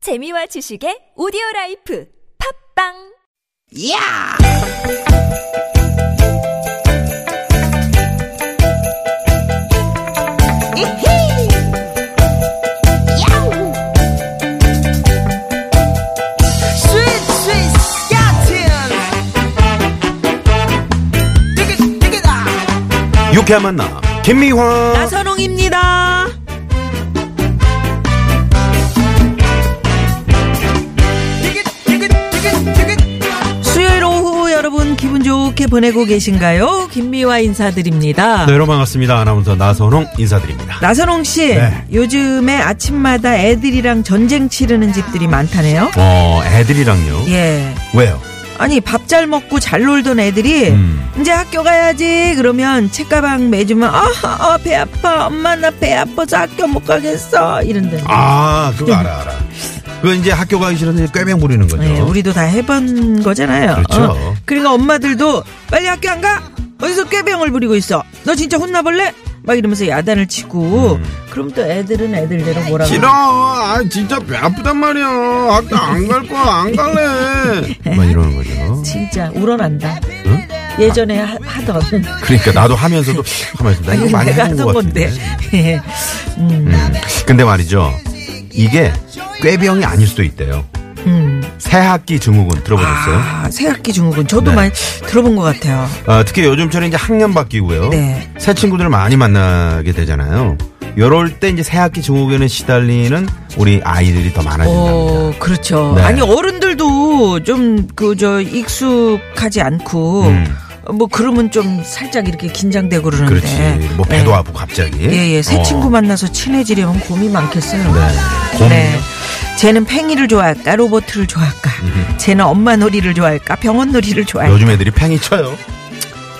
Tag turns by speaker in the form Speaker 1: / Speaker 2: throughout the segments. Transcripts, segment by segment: Speaker 1: 재미와 지식의 오디오 라이프 팝빵!
Speaker 2: 야! 이히! 야우! 스윗 스윗 스카틴! 띠기 띠기다!
Speaker 3: 유쾌한 만남 김미화
Speaker 2: 나선홍입니다.
Speaker 4: 수요일 오후 여러분 기분 좋게 보내고 계신가요? 김미화 인사드립니다.
Speaker 3: 네, 여러분 반갑습니다 아나운서 나선홍 인사드립니다
Speaker 4: 나선홍 씨,
Speaker 3: 네.
Speaker 4: 요즘에 아침마다 애들이랑 전쟁 치르는 집들이 많다네요.
Speaker 3: 어 애들이랑요
Speaker 4: 예.
Speaker 3: 왜요
Speaker 4: 아니, 밥 잘 먹고 잘 놀던 애들이
Speaker 3: 음.
Speaker 4: 이제 학교 가야지. 그러면 책가방 매주면 아, 아, 배 아파. 엄마 나 배 아파서 학교 못 가겠어. 이런데.
Speaker 3: 아 그거 알아 알아 그거 이제 학교 가기 싫은데 꾀병 부리는 거죠
Speaker 4: 예, 우리도 다 해본 거잖아요.
Speaker 3: 그렇죠.
Speaker 4: 그러니까 엄마들도 빨리 학교 안 가? 어디서 꾀병을 부리고 있어? 너 진짜 혼나볼래? 막 이러면서 야단을 치고
Speaker 3: 음.
Speaker 4: 그럼 또 애들은 애들대로 뭐라고
Speaker 5: 싫어. 아 진짜 배 아프단 말이야. 학교 안 갈 거야. 안 갈래.
Speaker 3: 막뭐 이러는 거죠
Speaker 4: 진짜 우러난다. 예전에 하, 하던
Speaker 3: 그러니까 나도 하면서도 가만히 있나 네, 이거 많이
Speaker 4: 내가
Speaker 3: 해본
Speaker 4: 하던
Speaker 3: 것 같은데
Speaker 4: 건데. 예. 음,
Speaker 3: 근데 말이죠 이게 꾀병이 아닐 수도 있대요
Speaker 4: 음.
Speaker 3: 새학기 증후군 들어보셨어요
Speaker 4: 아, 새학기 중국은 저도
Speaker 3: 네.
Speaker 4: 많이 들어본 것 같아요.
Speaker 3: 어, 특히 요즘처럼 이제 학년 바뀌고요.
Speaker 4: 네.
Speaker 3: 새 친구들을 많이 만나게 되잖아요. 이럴 때 이제 새학기 증후군에 시달리는 우리 아이들이 더 많아진답니다.
Speaker 4: 어, 그렇죠.
Speaker 3: 네.
Speaker 4: 아니 어른들도 좀 그 저 익숙하지 않고
Speaker 3: 음.
Speaker 4: 뭐 그러면 좀 살짝 이렇게 긴장되고 그러는데.
Speaker 3: 그렇지. 뭐 배도
Speaker 4: 예.
Speaker 3: 아프고 갑자기.
Speaker 4: 예, 예. 새
Speaker 3: 어.
Speaker 4: 친구 만나서 친해지려면 고민 많겠어요.
Speaker 3: 네. 고민이요?
Speaker 4: 쟤는 팽이를 좋아할까? 로보트를 좋아할까? 쟤는 엄마 놀이를 좋아할까? 병원 놀이를 좋아할까?
Speaker 3: 요즘 애들이 팽이 쳐요.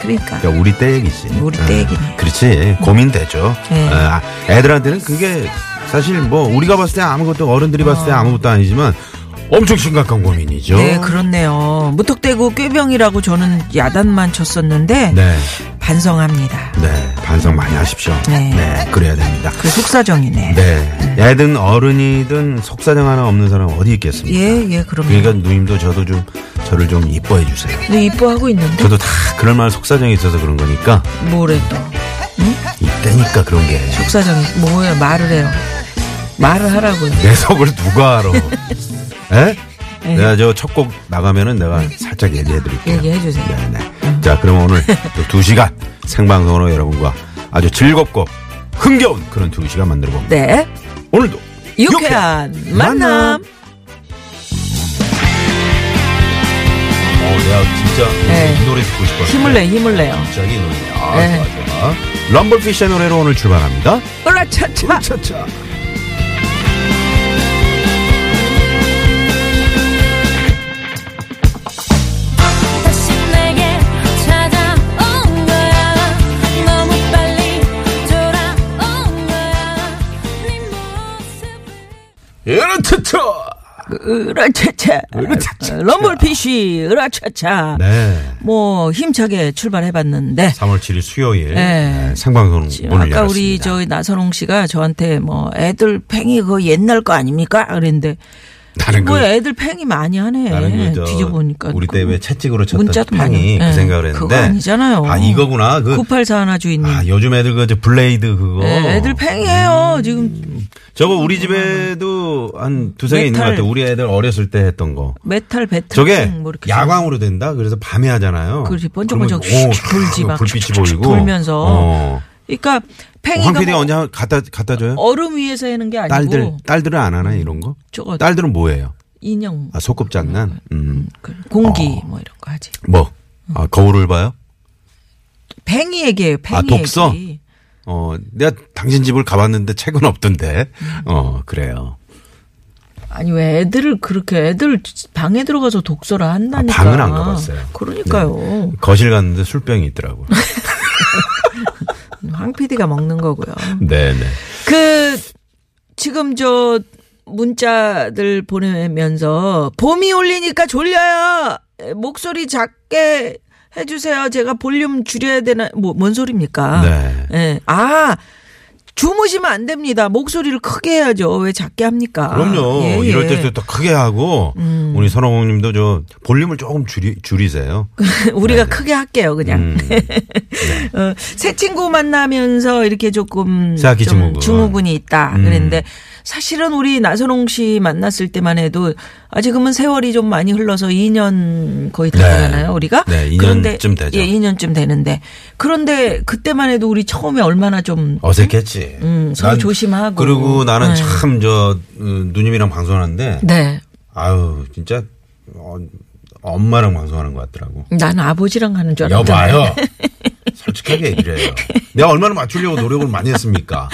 Speaker 4: 그러니까.
Speaker 3: 그러니까 우리 때 얘기지.
Speaker 4: 우리 때
Speaker 3: 어,
Speaker 4: 얘기네.
Speaker 3: 그렇지. 고민되죠.
Speaker 4: 예.
Speaker 3: 어, 아, 애들한테는 그게 사실 뭐 우리가 봤을 때 아무것도 어른들이 봤을 때 아무것도 아니지만 엄청 심각한 고민이죠.
Speaker 4: 네, 그렇네요. 무턱대고 꾀병이라고 저는 야단만 쳤었는데
Speaker 3: 네.
Speaker 4: 반성합니다.
Speaker 3: 네. 반성 많이 하십시오.
Speaker 4: 네.
Speaker 3: 네. 그래야 됩니다.
Speaker 4: 그 속사정이네.
Speaker 3: 네. 애든 어른이든 속사정 하나 없는 사람 어디 있겠습니까?
Speaker 4: 예, 예, 그럼요.
Speaker 3: 그러니까 누님도 저도 좀 저를 좀 이뻐해 주세요.
Speaker 4: 근데 이뻐하고 있는데
Speaker 3: 저도 다 그럴 말 속사정이 있어서 그런 거니까
Speaker 4: 뭐래 또
Speaker 3: 이때니까 그런 게 내
Speaker 4: 속사정이 뭐야 말을 해요. 말을 하라고요.
Speaker 3: 속을 누가 알아? 에? 내가 저 첫 곡 나가면은 내가 살짝 얘기해 드릴게요.
Speaker 4: 예. 얘기해 주세요. 음.
Speaker 3: 네, 네. 자, 그러면 오늘 또 두 시간 생방송으로 여러분과 아주 즐겁고 흥겨운 그런 두 시간 만들어 봅니다.
Speaker 4: 네,
Speaker 3: 오늘도
Speaker 4: 유쾌한 만남.
Speaker 3: 어, 내가 진짜
Speaker 4: 네.
Speaker 3: 이 노래 듣고 싶었어.
Speaker 4: 힘을 내, 힘을 내요.
Speaker 3: 갑자기 노래. 아,
Speaker 4: 네.
Speaker 3: 좋아, 좋아. 럼블피쉬의 노래로 오늘 출발합니다.
Speaker 4: 으라차차.
Speaker 3: 차차.
Speaker 6: 다시 내게 찾아온 거야 너무 빨리 돌아온 거야 네 모습을
Speaker 5: 으르트트.
Speaker 4: 으라차차. 럼블피쉬, 으라차차.
Speaker 3: 네.
Speaker 4: 뭐, 힘차게 출발해봤는데.
Speaker 3: 3월 7일 수요일
Speaker 4: 네.
Speaker 3: 네, 생방송 문을
Speaker 4: 아까
Speaker 3: 열었습니다.
Speaker 4: 우리 저희 나선홍 씨가 저한테 뭐 애들 팽이 그거 옛날 거 아닙니까? 그랬는데
Speaker 3: 다른
Speaker 4: 뭐
Speaker 3: 그
Speaker 4: 애들 팽이 많이 하네.
Speaker 3: 다른 그저
Speaker 4: 뒤져보니까
Speaker 3: 우리
Speaker 4: 그
Speaker 3: 때 왜 채찍으로 쳤던
Speaker 4: 문자도
Speaker 3: 팽이
Speaker 4: 많아요.
Speaker 3: 그
Speaker 4: 예.
Speaker 3: 생각을 했는데
Speaker 4: 그거 아니잖아요.
Speaker 3: 아 이거구나 그
Speaker 4: 9841 주인님.
Speaker 3: 아, 요즘 애들 그저 블레이드 그거
Speaker 4: 예, 애들 팽이에요. 지금
Speaker 3: 저거 우리 집에도 한 두세 개 있는 것
Speaker 4: 메탈.
Speaker 3: 같아요. 우리 애들 어렸을 때 했던 거.
Speaker 4: 메탈 배틀
Speaker 3: 저게
Speaker 4: 뭐 이렇게
Speaker 3: 야광으로 된다. 그래서 밤에 하잖아요.
Speaker 4: 그렇지, 번쩍번쩍
Speaker 3: 그러면,
Speaker 4: 휙 돌지 막
Speaker 3: 불빛이
Speaker 4: 쭉, 쭉, 쭉
Speaker 3: 보이고
Speaker 4: 돌면서.
Speaker 3: 어.
Speaker 4: 그러니까 팽이가
Speaker 3: 황 PD
Speaker 4: 뭐
Speaker 3: 언제 한- 갖다 갖다 줘요?
Speaker 4: 얼음 위에서 하는 게 아니고 어.
Speaker 3: 딸들 딸들은 안 하나 이런 거?
Speaker 4: 저거
Speaker 3: 딸들은 뭐예요?
Speaker 4: 인형
Speaker 3: 아 소꿉장난? 음.
Speaker 4: 그 공기 뭐 이런 거 하지.
Speaker 3: 뭐? 아 거울을 봐요?
Speaker 4: 팽이 얘기예요. 팽이
Speaker 3: 아, 독서?
Speaker 4: 얘기.
Speaker 3: 어 내가 당신 집을 가봤는데 책은 없던데.
Speaker 4: 음.
Speaker 3: 어 그래요.
Speaker 4: 아니 왜 애들을 그렇게 애들 방에 들어가서 독서를 한다니까.
Speaker 3: 아, 방은 안 가봤어요.
Speaker 4: 그러니까요.
Speaker 3: 거실 갔는데 술병이 있더라고. 네.
Speaker 4: 황 PD가 먹는 거고요.
Speaker 3: 네네.
Speaker 4: 그 지금 저 문자들 보내면서 봄이 올리니까 졸려요. 목소리 작게 아. 해주세요. 제가 볼륨 줄여야 되나 뭐 뭔 소리입니까?
Speaker 3: 네.
Speaker 4: 예. 아 주무시면 안 됩니다. 목소리를 크게 해야죠. 왜 작게 합니까?
Speaker 3: 그럼요.
Speaker 4: 예, 음. 예.
Speaker 3: 이럴 때도 더 크게 하고 우리 선호공님도 저 볼륨을 조금 줄이 줄이세요.
Speaker 4: 그 우리가 크게 할게요, 그냥.
Speaker 3: 음.
Speaker 4: 어, 새 친구 만나면서 이렇게 조금
Speaker 3: 새학기
Speaker 4: 좀
Speaker 3: 증후군.
Speaker 4: 증후군이 있다.
Speaker 3: 음.
Speaker 4: 그랬는데 사실은 우리 나선홍 씨 만났을 때만 해도 아직은 세월이 좀 많이 흘러서 2년 거의 다
Speaker 3: 네.
Speaker 4: 가잖아요, 우리가.
Speaker 3: 네, 2년쯤 되죠.
Speaker 4: 예, 2년쯤 되는데 그런데 그때만 해도 우리 처음에 얼마나 좀
Speaker 3: 어색했지.
Speaker 4: 음, 서로
Speaker 3: 난-
Speaker 4: 조심하고.
Speaker 3: 그리고 나는
Speaker 4: 네.
Speaker 3: 참 저 어, 누님이랑 방송하는데
Speaker 4: 네.
Speaker 3: 아유 진짜 어, 엄마랑 방송하는 것 같더라고.
Speaker 4: 난 아버지랑 하는 줄 알았는데.
Speaker 3: 여봐요. 솔직하게 얘기를 해요. 내가 얼마나 맞추려고 노력을 많이 했습니까?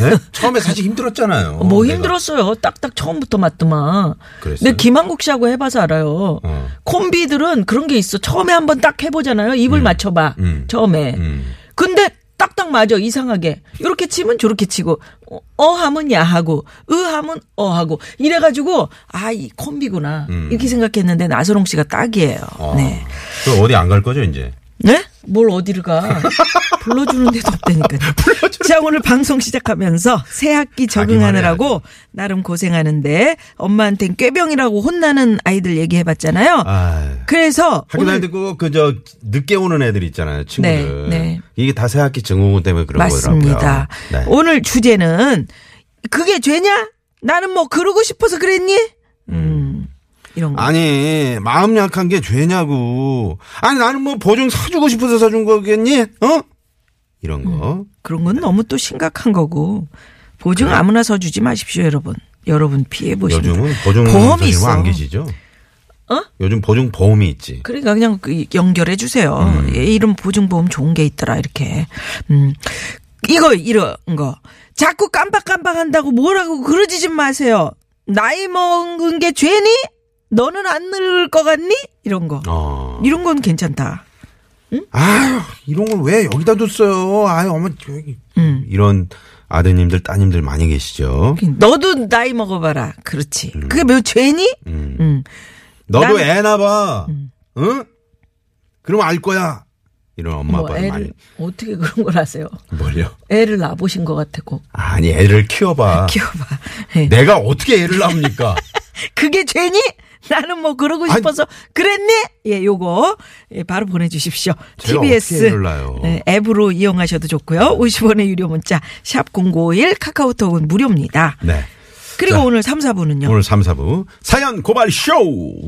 Speaker 3: 네? 처음에 사실 힘들었잖아요.
Speaker 4: 뭐
Speaker 3: 내가.
Speaker 4: 힘들었어요. 딱딱 처음부터 맞더만.
Speaker 3: 그랬어요?
Speaker 4: 근데 김한국 씨하고 해봐서 알아요.
Speaker 3: 어.
Speaker 4: 콤비들은 그런 게 있어. 처음에 한번 딱 해보잖아요. 입을 맞춰봐.
Speaker 3: 음.
Speaker 4: 처음에.
Speaker 3: 음.
Speaker 4: 근데 딱딱 맞아. 이상하게. 이렇게 치면 저렇게 치고, 어, 어 하면 야 하고, 으 하면 어 하고. 이래가지고, 아, 이 콤비구나.
Speaker 3: 음.
Speaker 4: 이렇게 생각했는데 나서롱 씨가 딱이에요.
Speaker 3: 어.
Speaker 4: 네.
Speaker 3: 그 어디 안 갈 거죠 이제?
Speaker 4: 네? 뭘 어디를 가? 불러주는 데도 없다니까요. 자, 오늘 방송 시작하면서 새 학기 적응하느라고 나름 고생하는데 엄마한텐 꾀병이라고 혼나는 아이들 얘기해봤잖아요.
Speaker 3: 아.
Speaker 4: 그래서
Speaker 3: 학교
Speaker 4: 오늘
Speaker 3: 다닐 때고 그저 늦게 오는 애들 있잖아요 친구들
Speaker 4: 네, 네.
Speaker 3: 이게 다 새학기 증후군 때문에 그런 거더라고요.
Speaker 4: 맞습니다.
Speaker 3: 네.
Speaker 4: 오늘 주제는 그게 죄냐? 나는 뭐 그러고 싶어서 그랬니? 음, 이런 거.
Speaker 3: 아니 마음 약한 게 죄냐고. 아니 나는 뭐 보증 사주고 싶어서 사준 거겠니? 어? 이런 거.
Speaker 4: 그런 건 너무 또 심각한 거고 보증 아무나 서주지 마십시오, 여러분. 여러분 피해 보시면.
Speaker 3: 요즘은 보증
Speaker 4: 보험이 있어.
Speaker 3: 안 계시죠?
Speaker 4: 어?
Speaker 3: 요즘 보증 보험이 있지.
Speaker 4: 그러니까 그냥 그 연결해 주세요.
Speaker 3: 음.
Speaker 4: 예, 이런 보증보험 좋은 게 있더라 이렇게. 음. 이거 이런 거. 자꾸 깜빡깜빡한다고 뭐라고 그러지 좀 마세요. 나이 먹은 게 죄니? 너는 안 늙을 것 같니? 이런 거.
Speaker 3: 어.
Speaker 4: 이런 건 괜찮다.
Speaker 3: 아유 이런 걸 왜 여기다 뒀어요? 아유 어머 저기
Speaker 4: 음.
Speaker 3: 이런 아드님들 따님들 많이 계시죠.
Speaker 4: 너도 나이 먹어봐라. 그렇지. 그게 뭐 죄니? 음.
Speaker 3: 너도
Speaker 4: 난- 음.
Speaker 3: 애 낳아봐. 응? 그럼 알 거야. 이런 엄마
Speaker 4: 뭐
Speaker 3: 아빠
Speaker 4: 애를
Speaker 3: 는 많이
Speaker 4: 어떻게 그런 걸 아세요?
Speaker 3: 뭘요?
Speaker 4: 애를 낳아보신 것 같고.
Speaker 3: 아니 애를 키워봐.
Speaker 4: 귀여봐. 예.
Speaker 3: 내가 어떻게 애를 낳습니까?
Speaker 4: 그게 죄니? 나는 뭐 그러고
Speaker 3: 아니.
Speaker 4: 싶어서 그랬니? 예, 요거 예, 바로 보내주십시오.
Speaker 3: 제가
Speaker 4: TBS
Speaker 3: 어떻게 몰라요. 네.
Speaker 4: 예, 앱으로 이용하셔도 좋고요. 50원의 유료 문자 샵 #051 카카오톡은 무료입니다.
Speaker 3: 네.
Speaker 4: 그리고
Speaker 3: 자,
Speaker 4: 오늘 3, 4분은요.
Speaker 3: 오늘 3, 4부 사연 고발 쇼!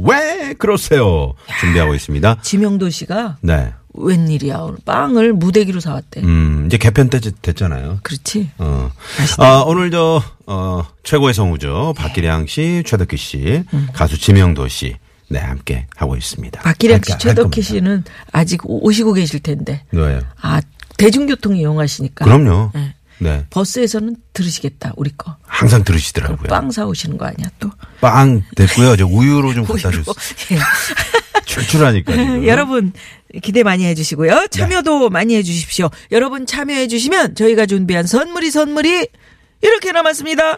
Speaker 3: 왜 그러세요? 준비하고 있습니다.
Speaker 4: 지명도 씨가
Speaker 3: 네.
Speaker 4: 웬일이야 오늘 빵을 무대기로 사왔대.
Speaker 3: 음, 이제 개편 때 됐잖아요.
Speaker 4: 그렇지?
Speaker 3: 어. 아, 오늘 저, 어, 최고의 성우죠. 박기량 씨, 최덕기 씨, 가수 지명도 씨. 네, 함께 하고 있습니다.
Speaker 4: 음. 박기량
Speaker 3: 함께
Speaker 4: 씨,
Speaker 3: 할
Speaker 4: 최덕희
Speaker 3: 겁니다.
Speaker 4: 씨는 아직 오- 오시고 계실 텐데.
Speaker 3: 네.
Speaker 4: 아 대중교통 이용하시니까.
Speaker 3: 그럼요.
Speaker 4: 예.
Speaker 3: 네.
Speaker 4: 버스에서는 들으시겠다 우리 거.
Speaker 3: 항상 들으시더라고요.
Speaker 4: 빵 사오시는 거 아니야 또?
Speaker 3: 빵 됐고요. 저 우유로 좀 갖다 줬어요.
Speaker 4: 예.
Speaker 3: 출출하니까. 지금.
Speaker 4: 음, 여러분 기대 많이 해주시고요. 참여도 많이 해주십시오. 여러분 참여해주시면 저희가 준비한 선물이 선물이 이렇게 남았습니다.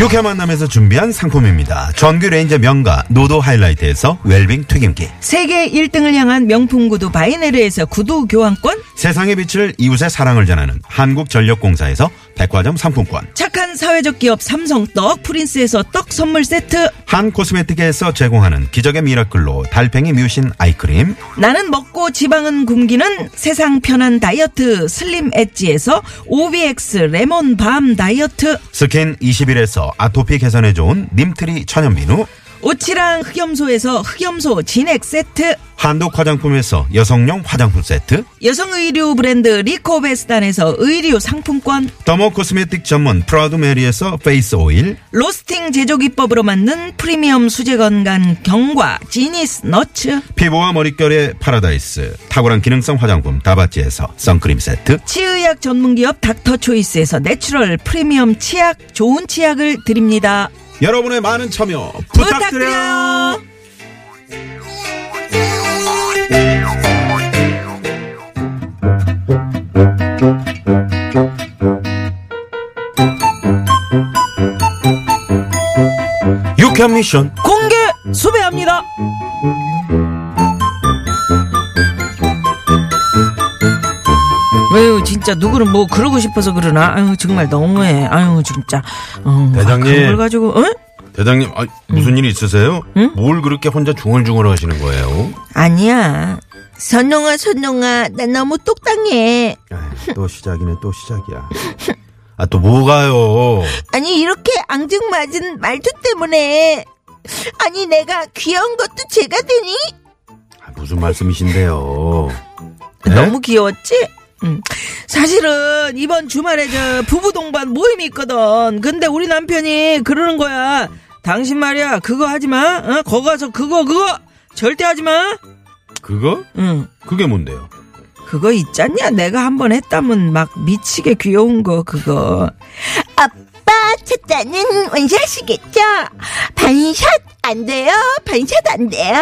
Speaker 3: 유쾌 만남에서 준비한 상품입니다. 전규 레인저 명가 노도 하이라이트에서 웰빙 튀김기.
Speaker 4: 세계 1등을 향한 명품 구두 바이네르에서 구두 교환권,
Speaker 3: 세상의 빛을 이웃의 사랑을 전하는 한국전력공사에서 백화점 상품권.
Speaker 4: 착한 사회적 기업 삼성떡 프린스에서 떡 선물 세트,
Speaker 3: 한 코스메틱에서 제공하는 기적의 미라클로 달팽이 뮤신 아이크림.
Speaker 4: 나는 먹고 지방은 굶기는 세상 편한 다이어트 슬림 엣지에서 OBX 레몬 밤 다이어트,
Speaker 3: 스킨 21에서 아토피 개선에 좋은 님트리 천연비누.
Speaker 4: 오치랑 흑염소에서 흑염소 진액 세트,
Speaker 3: 한독 화장품에서 여성용 화장품 세트.
Speaker 4: 여성 의류 브랜드 리코베스단에서 의류 상품권,
Speaker 3: 더모 코스메틱 전문 프라우드 메리에서 페이스 오일.
Speaker 4: 로스팅 제조 기법으로 만든 프리미엄 수제 건강 경과 지니스 너츠,
Speaker 3: 피부와 머릿결의 파라다이스. 탁월한 기능성 화장품 다바찌에서 선크림 세트.
Speaker 4: 치의학 전문 기업 닥터 초이스에서 내추럴 프리미엄 치약 좋은 치약을 드립니다.
Speaker 3: 여러분의 많은 참여
Speaker 4: 부탁드려요.
Speaker 3: 유쾌한 미션
Speaker 4: 공개 수배합니다. 왜요 진짜 누구는 뭐 그러고 싶어서 그러나 아유 정말 너무해 아유 진짜 어,
Speaker 3: 대장님.
Speaker 4: 아, 그걸 가지고 응?
Speaker 3: 대장님, 아,
Speaker 4: 음.
Speaker 3: 무슨 일 있으세요? 뭘 그렇게 혼자 중얼중얼 하시는 거예요?
Speaker 4: 아니야 선영아 선영아 나 너무 똑당해
Speaker 3: 에이, 아, 또 시작이네, 또 시작이야. 아, 또 뭐가요?
Speaker 4: 아니 이렇게 앙증맞은 말투 때문에 아니 내가 귀여운 것도 죄가 되니?
Speaker 3: 아, 무슨 말씀이신데요? 네?
Speaker 4: 그 너무 귀여웠지? 음. 사실은 이번 주말에 저 부부 동반 모임이 있거든. 근데 우리 남편이 그러는 거야. 당신 말이야 그거 하지 마. 어? 거 가서 그거 그거 절대 하지 마.
Speaker 3: 그거?
Speaker 4: 응.
Speaker 3: 그게 뭔데요?
Speaker 4: 그거 있잖냐? 내가 한 번 했다면 막 미치게 귀여운 거 그거.
Speaker 7: 아빠 찾다는 원샷이겠죠? 반샷 안 돼요? 반샷 안 돼요?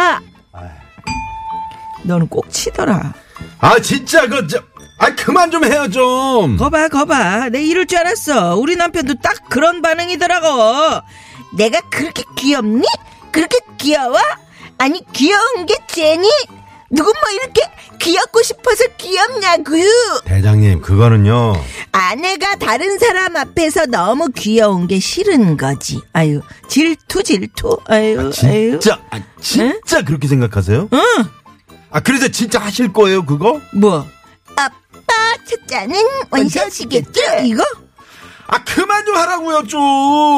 Speaker 4: 너는 꼭 치더라.
Speaker 3: 아, 진짜, 그, 저, 아, 그만 좀 해요, 좀.
Speaker 4: 거봐 거봐. 내 이럴 줄 알았어. 우리 남편도 딱 그런 반응이더라고.
Speaker 7: 내가 그렇게 귀엽니? 그렇게 귀여워? 아니 귀여운 게 쟤니? 누군 뭐 이렇게 귀엽고 싶어서 귀엽냐고요?
Speaker 3: 대장님, 그거는요.
Speaker 7: 아내가 다른 사람 앞에서 너무 귀여운 게 싫은 거지.
Speaker 4: 아유 질투 질투. 아유 아유.
Speaker 3: 진짜, 아, 진짜
Speaker 4: 네?
Speaker 3: 그렇게 생각하세요? 응. 아, 그래서 진짜 하실 거예요, 그거?
Speaker 4: 뭐?
Speaker 7: 아빠 찾자는 원샷이겠죠?
Speaker 4: 이거?
Speaker 3: 아, 그만 좀 하라고요, 좀.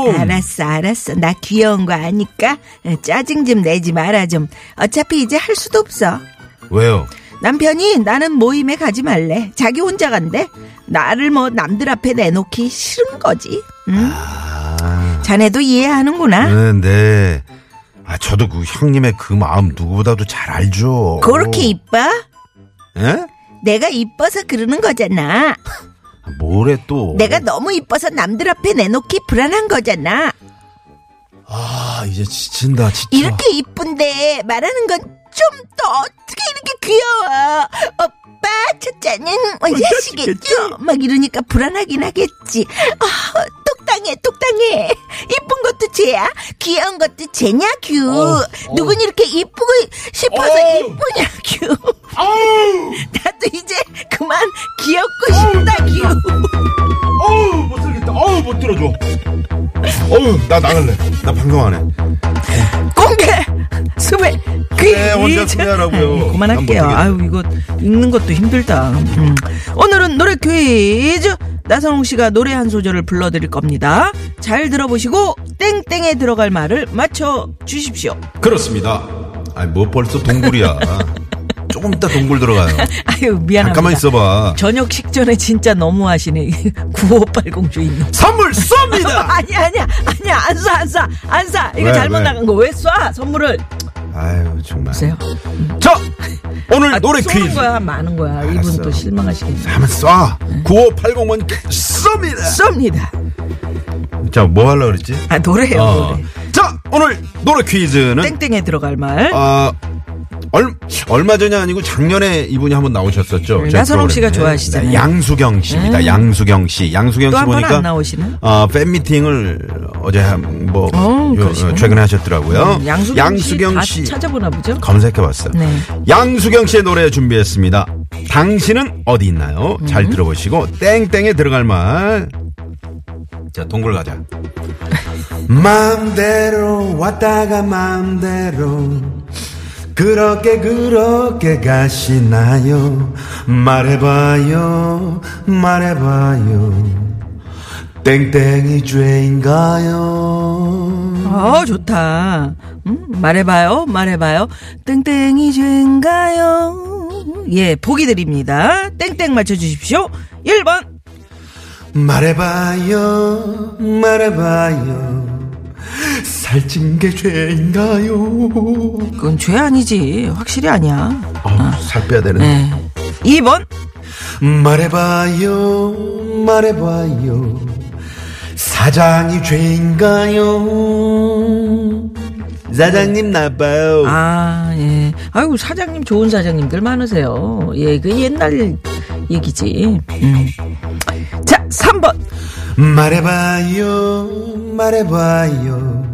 Speaker 3: 음.
Speaker 4: 알았어, 알았어. 나 귀여운 거 아니까 짜증 좀 내지 마라 좀. 어차피 이제 할 수도 없어.
Speaker 3: 왜요?
Speaker 4: 남편이 나는 모임에 가지 말래. 자기 혼자 간대. 나를 뭐 남들 앞에 내놓기 싫은 거지. 응?
Speaker 3: 아,
Speaker 4: 자네도 이해하는구나.
Speaker 3: 네, 네. 아, 저도 그 형님의 그 마음 누구보다도 잘 알죠.
Speaker 7: 그렇게 이뻐?
Speaker 3: 예?
Speaker 7: 내가 이뻐서 그러는 거잖아.
Speaker 3: 아, 뭐래 또?
Speaker 7: 내가 너무 이뻐서 남들 앞에 내놓기 불안한 거잖아.
Speaker 3: 아, 이제 지친다, 진짜.
Speaker 7: 이렇게 이쁜데 말하는 건 좀 더 어떻게 이렇게 귀여워. 오빠 첫째는 원샷이겠죠? 막 이러니까 불안하긴 하겠지. 아, 똑당해 똑당해. 이쁜 것도 쟤야. 귀여운 것도 쟤냐 규. 누군 이렇게 이쁘고 어, 싶어서 이쁘냐 규. 나도 이제 그만 귀엽고 싶다 규.
Speaker 5: 어우 못 살겠다. 어우 못 들어줘. 어우 나 나갈래.
Speaker 3: 나 방금 안 해.
Speaker 4: 공개 수배 귀.
Speaker 5: 네, 혼자 수배하라고요.
Speaker 4: 아유, 음, 그만할게요.
Speaker 5: 난
Speaker 4: 아유 이거 읽는 것도 힘들다. 음. 오늘은 노래 퀴즈. 나선홍 씨가 노래 한 소절을 불러드릴 겁니다. 잘 들어보시고 땡땡에 들어갈 말을 맞춰 주십시오.
Speaker 3: 그렇습니다. 아니, 뭐 벌써 동굴이야. 조금 이따 동굴 들어가요.
Speaker 4: 아유 미안합니다.
Speaker 3: 잠깐만 있어봐.
Speaker 4: 저녁 식전에 진짜 너무하시네. 9580 주인님.
Speaker 3: 선물 쏩니다!
Speaker 4: 아니야, 아니야, 아니야, 안 쏴, 안 쏴, 안 쏴. 이거
Speaker 3: 왜,
Speaker 4: 잘못
Speaker 3: 왜?
Speaker 4: 나간 거 왜 쏴? 선물을.
Speaker 3: 아유, 정말.
Speaker 4: 보세요.
Speaker 3: 자, 오늘
Speaker 4: 아,
Speaker 3: 노래
Speaker 4: 쏘는
Speaker 3: 퀴즈.
Speaker 4: 거야, 많은 거야. 이분
Speaker 3: 알았어.
Speaker 4: 또 실망하시겠네.
Speaker 3: 한번 쏴. 9580번 쏩니다.
Speaker 4: 쏩니다.
Speaker 3: 자, 뭐 하려고 그랬지?
Speaker 4: 아, 노래요,
Speaker 3: 어.
Speaker 4: 노래.
Speaker 3: 자, 오늘 노래 퀴즈는
Speaker 4: 땡땡에 들어갈 말.
Speaker 3: 아 얼, 얼마 전이 아니고 작년에 이분이 한번 나오셨었죠.
Speaker 4: 네,
Speaker 3: 저희
Speaker 4: 나선홍 씨가
Speaker 3: 프로그램에.
Speaker 4: 좋아하시잖아요. 음.
Speaker 3: 네, 양수경 씨입니다. 양수경 씨. 양수경
Speaker 4: 또
Speaker 3: 씨
Speaker 4: 한번안
Speaker 3: 보니까
Speaker 4: 나오시나?
Speaker 3: 아, 팬미팅을 어제 한- 뭐
Speaker 4: 어,
Speaker 3: 요-
Speaker 4: 그러시구나.
Speaker 3: 최근에 하셨더라고요.
Speaker 4: 음, 양수경, 씨. 다 찾아보나 보죠?
Speaker 3: 검색해 봤어요.
Speaker 4: 네.
Speaker 3: 양수경 씨의 노래 준비했습니다. 당신은 어디 있나요? 잘 들어보시고 땡땡에 들어갈 말. 자, 동굴 가자.
Speaker 8: 마음대로 왔다가 마음대로 그렇게 그렇게 가시나요 말해봐요 말해봐요 땡땡이 죄인가요
Speaker 4: 아, 좋다. 음, 말해봐요, 말해봐요. 땡땡이 죄인가요? 예, 보기 드립니다. 땡땡 맞춰주십시오. 1번.
Speaker 8: 말해봐요 말해봐요 살찐 게 죄인가요
Speaker 4: 그건 죄 아니지. 확실히 아니야.
Speaker 3: 살 빼야 되는데.
Speaker 4: 네. 2번.
Speaker 8: 말해봐요, 말해봐요. 사장이 죄인가요? 사장님 나빠요.
Speaker 4: 아, 예. 아이고, 사장님, 좋은 사장님들 많으세요. 예, 그 옛날 얘기지. 음. 자, 3번.
Speaker 8: 말해봐요, 말해봐요.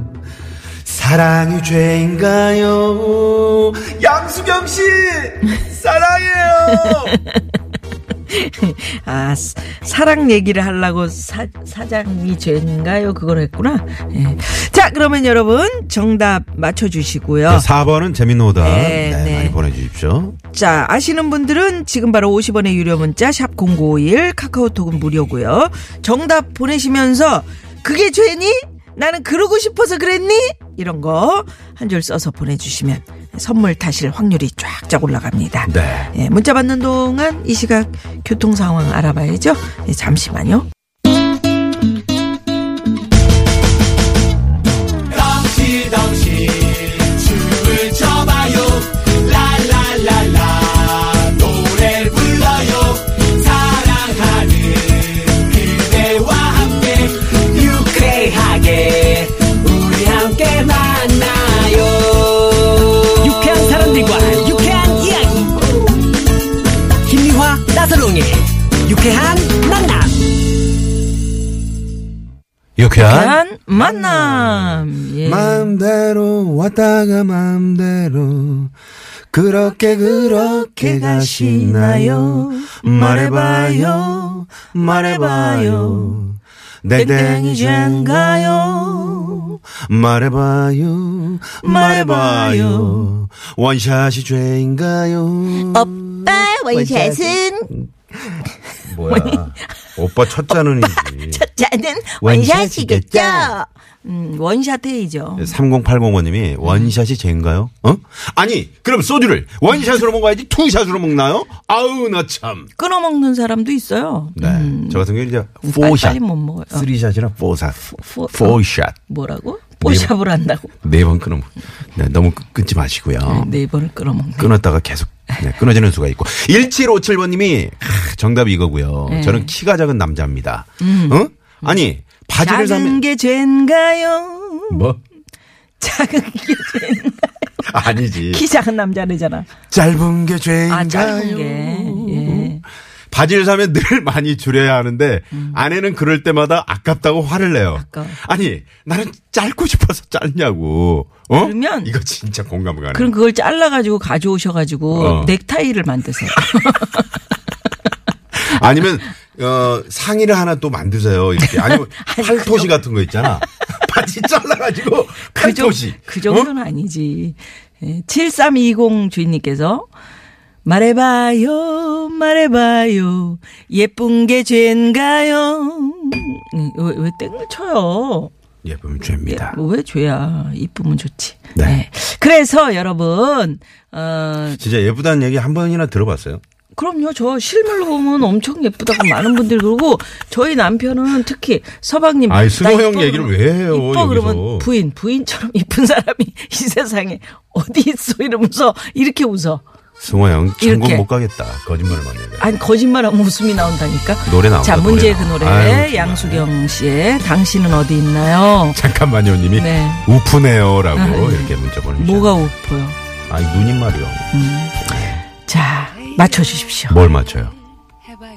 Speaker 8: 사랑이 죄인가요? 양수경 씨, 사랑해요.
Speaker 4: 아, 사- 사랑 얘기를 하려고 사, 사장이 죄인가요? 그걸 했구나. 예. 자, 그러면 여러분 정답 맞춰주시고요.
Speaker 3: 4번은 재밌는 오답.
Speaker 4: 네,
Speaker 3: 어. 네,
Speaker 4: 네.
Speaker 3: 많이 보내주십시오.
Speaker 4: 자, 아시는 분들은 지금 바로 50원의 유료 문자 샵 0951 카카오톡은 무료고요. 정답 보내시면서 그게 죄니? 나는 그러고 싶어서 그랬니? 이런 거 한 줄 써서 보내주시면 선물 타실 확률이 쫙쫙 올라갑니다.
Speaker 3: 네.
Speaker 4: 예, 문자 받는 동안 이 시각 교통 상황 알아봐야죠. 예, 잠시만요.
Speaker 9: 유쾌한 사람들과 유쾌한 이야기 김미화 나서롱의 유쾌한 만남
Speaker 3: 유쾌한
Speaker 7: 음.
Speaker 4: 한 만남. 예.
Speaker 8: 마음대로 왔다가 마음대로 그렇게 그렇게 가시나요 말해봐요 말해봐요 땡땡이 죄인가요 말해봐요 말해봐요 원샷이 죄인가요
Speaker 7: 오빠 원샷은
Speaker 3: 뭐야? 오빠 첫 잔은이지.
Speaker 7: 저자는 원샷이겠죠.
Speaker 4: 음, 원샷 회의죠.
Speaker 3: 네, 3080원님이 원샷이 젠가요? 어? 아니 그럼 소주를 원샷으로 먹어야지 투샷으로 먹나요? 아우 나 참.
Speaker 4: 끊어 먹는 사람도 있어요. 음.
Speaker 3: 네. 저 같은 경우 이제
Speaker 4: 빨리,
Speaker 3: 포샷,
Speaker 4: 빨리 못 먹어요. 어.
Speaker 3: 쓰리샷이랑 포샷,
Speaker 4: 포- 어.
Speaker 3: 포샷
Speaker 4: 뭐라고?
Speaker 7: 네.
Speaker 4: 포샵을 한다고?
Speaker 3: 네 번 끊어. 네, 너무 끊- 끊지 마시고요.
Speaker 7: 어.
Speaker 4: 네 번을 끌어먹는.
Speaker 7: 그
Speaker 3: 끊었다가 계속 네, 끊어지는 수가 있고 1757번님이 정답이 이거고요.
Speaker 4: 네.
Speaker 3: 저는 키가 작은 남자입니다. 어? 아니 바지를
Speaker 4: 음. 작은
Speaker 3: 사면
Speaker 4: 게 죄인가요?
Speaker 3: 뭐
Speaker 4: 작은 게 죄인가요?
Speaker 3: 아니지.
Speaker 4: 키 작은 남자네잖아.
Speaker 8: 짧은 게 죄인가요
Speaker 4: 아, 작은 게. 예.
Speaker 3: 바지를 사면 늘 많이 줄여야 하는데 아내는 그럴 때마다 아깝다고 화를 내요.
Speaker 4: 음. 아까워.
Speaker 3: 아니 나는 짧고 싶어서 짧냐고. 어?
Speaker 4: 그러면-
Speaker 3: 이거 진짜 공감 가네.
Speaker 4: 그럼 그걸 잘라가지고 가져오셔가지고
Speaker 3: 어.
Speaker 4: 넥타이를 만드세요.
Speaker 3: 아니면 어, 상의를 하나 또 만드세요. 이렇게 아니면 팔토시 같은 거 있잖아. 바지 잘라가지고
Speaker 4: 그, 정,
Speaker 3: 팔토시. 어?
Speaker 4: 그 정도는 아니지. 예, 7320 주인님께서 말해봐요, 말해봐요. 예쁜 게 죄인가요? 음, 왜, 왜 땡을 쳐요?
Speaker 3: 예쁘면 죄입니다.
Speaker 4: 뭐왜 죄야? 이쁘면 좋지. 예.
Speaker 3: 네.
Speaker 4: 그래서 여러분, 어,
Speaker 3: 진짜 예쁘다는 얘기 한 번이나 들어봤어요?
Speaker 4: 그럼요. 저 실물로 보면 엄청 예쁘다고 많은 분들 그러고 저희 남편은 특히 서방님.
Speaker 3: 아이,
Speaker 4: 나
Speaker 3: 수호
Speaker 4: 이뻐
Speaker 3: 형 얘기를
Speaker 4: 그러면-
Speaker 3: 왜 해요,
Speaker 4: 이뻐 그러면
Speaker 3: 여기서.
Speaker 4: 부인 부인처럼 이쁜 사람이 이 세상에 어디 있어 이러면서 이렇게 웃어.
Speaker 3: 승호 형 천국
Speaker 4: 이렇게.
Speaker 3: 못 가겠다. 거짓말을 많이 해.
Speaker 4: 아니 거짓말하면 웃음이 나온다니까.
Speaker 3: 노래 나온다,
Speaker 4: 자
Speaker 3: 노래
Speaker 4: 문제의 그
Speaker 3: 나와.
Speaker 4: 노래
Speaker 3: 아유, 정말.
Speaker 4: 양수경 씨의 당신은 어디 있나요?
Speaker 3: 잠깐만요 님이
Speaker 4: 네.
Speaker 3: 우프네요라고
Speaker 4: 아유.
Speaker 3: 이렇게 문자 보내주셨어요.
Speaker 4: 뭐가 음. 웃고요?
Speaker 3: 아니 누님 말이요.
Speaker 4: 자 맞춰주십시오.
Speaker 3: 뭘 맞춰요?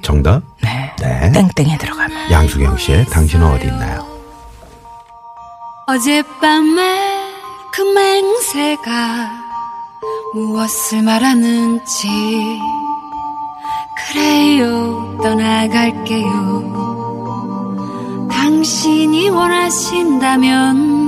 Speaker 3: 정답?
Speaker 4: 네.
Speaker 3: 네.
Speaker 4: 땡땡에 들어가면
Speaker 3: 양수경 씨의 당신은 어디 있나요?
Speaker 6: 어젯밤에 그 맹세가 무엇을 말하는지 그래요 떠나갈게요 당신이 원하신다면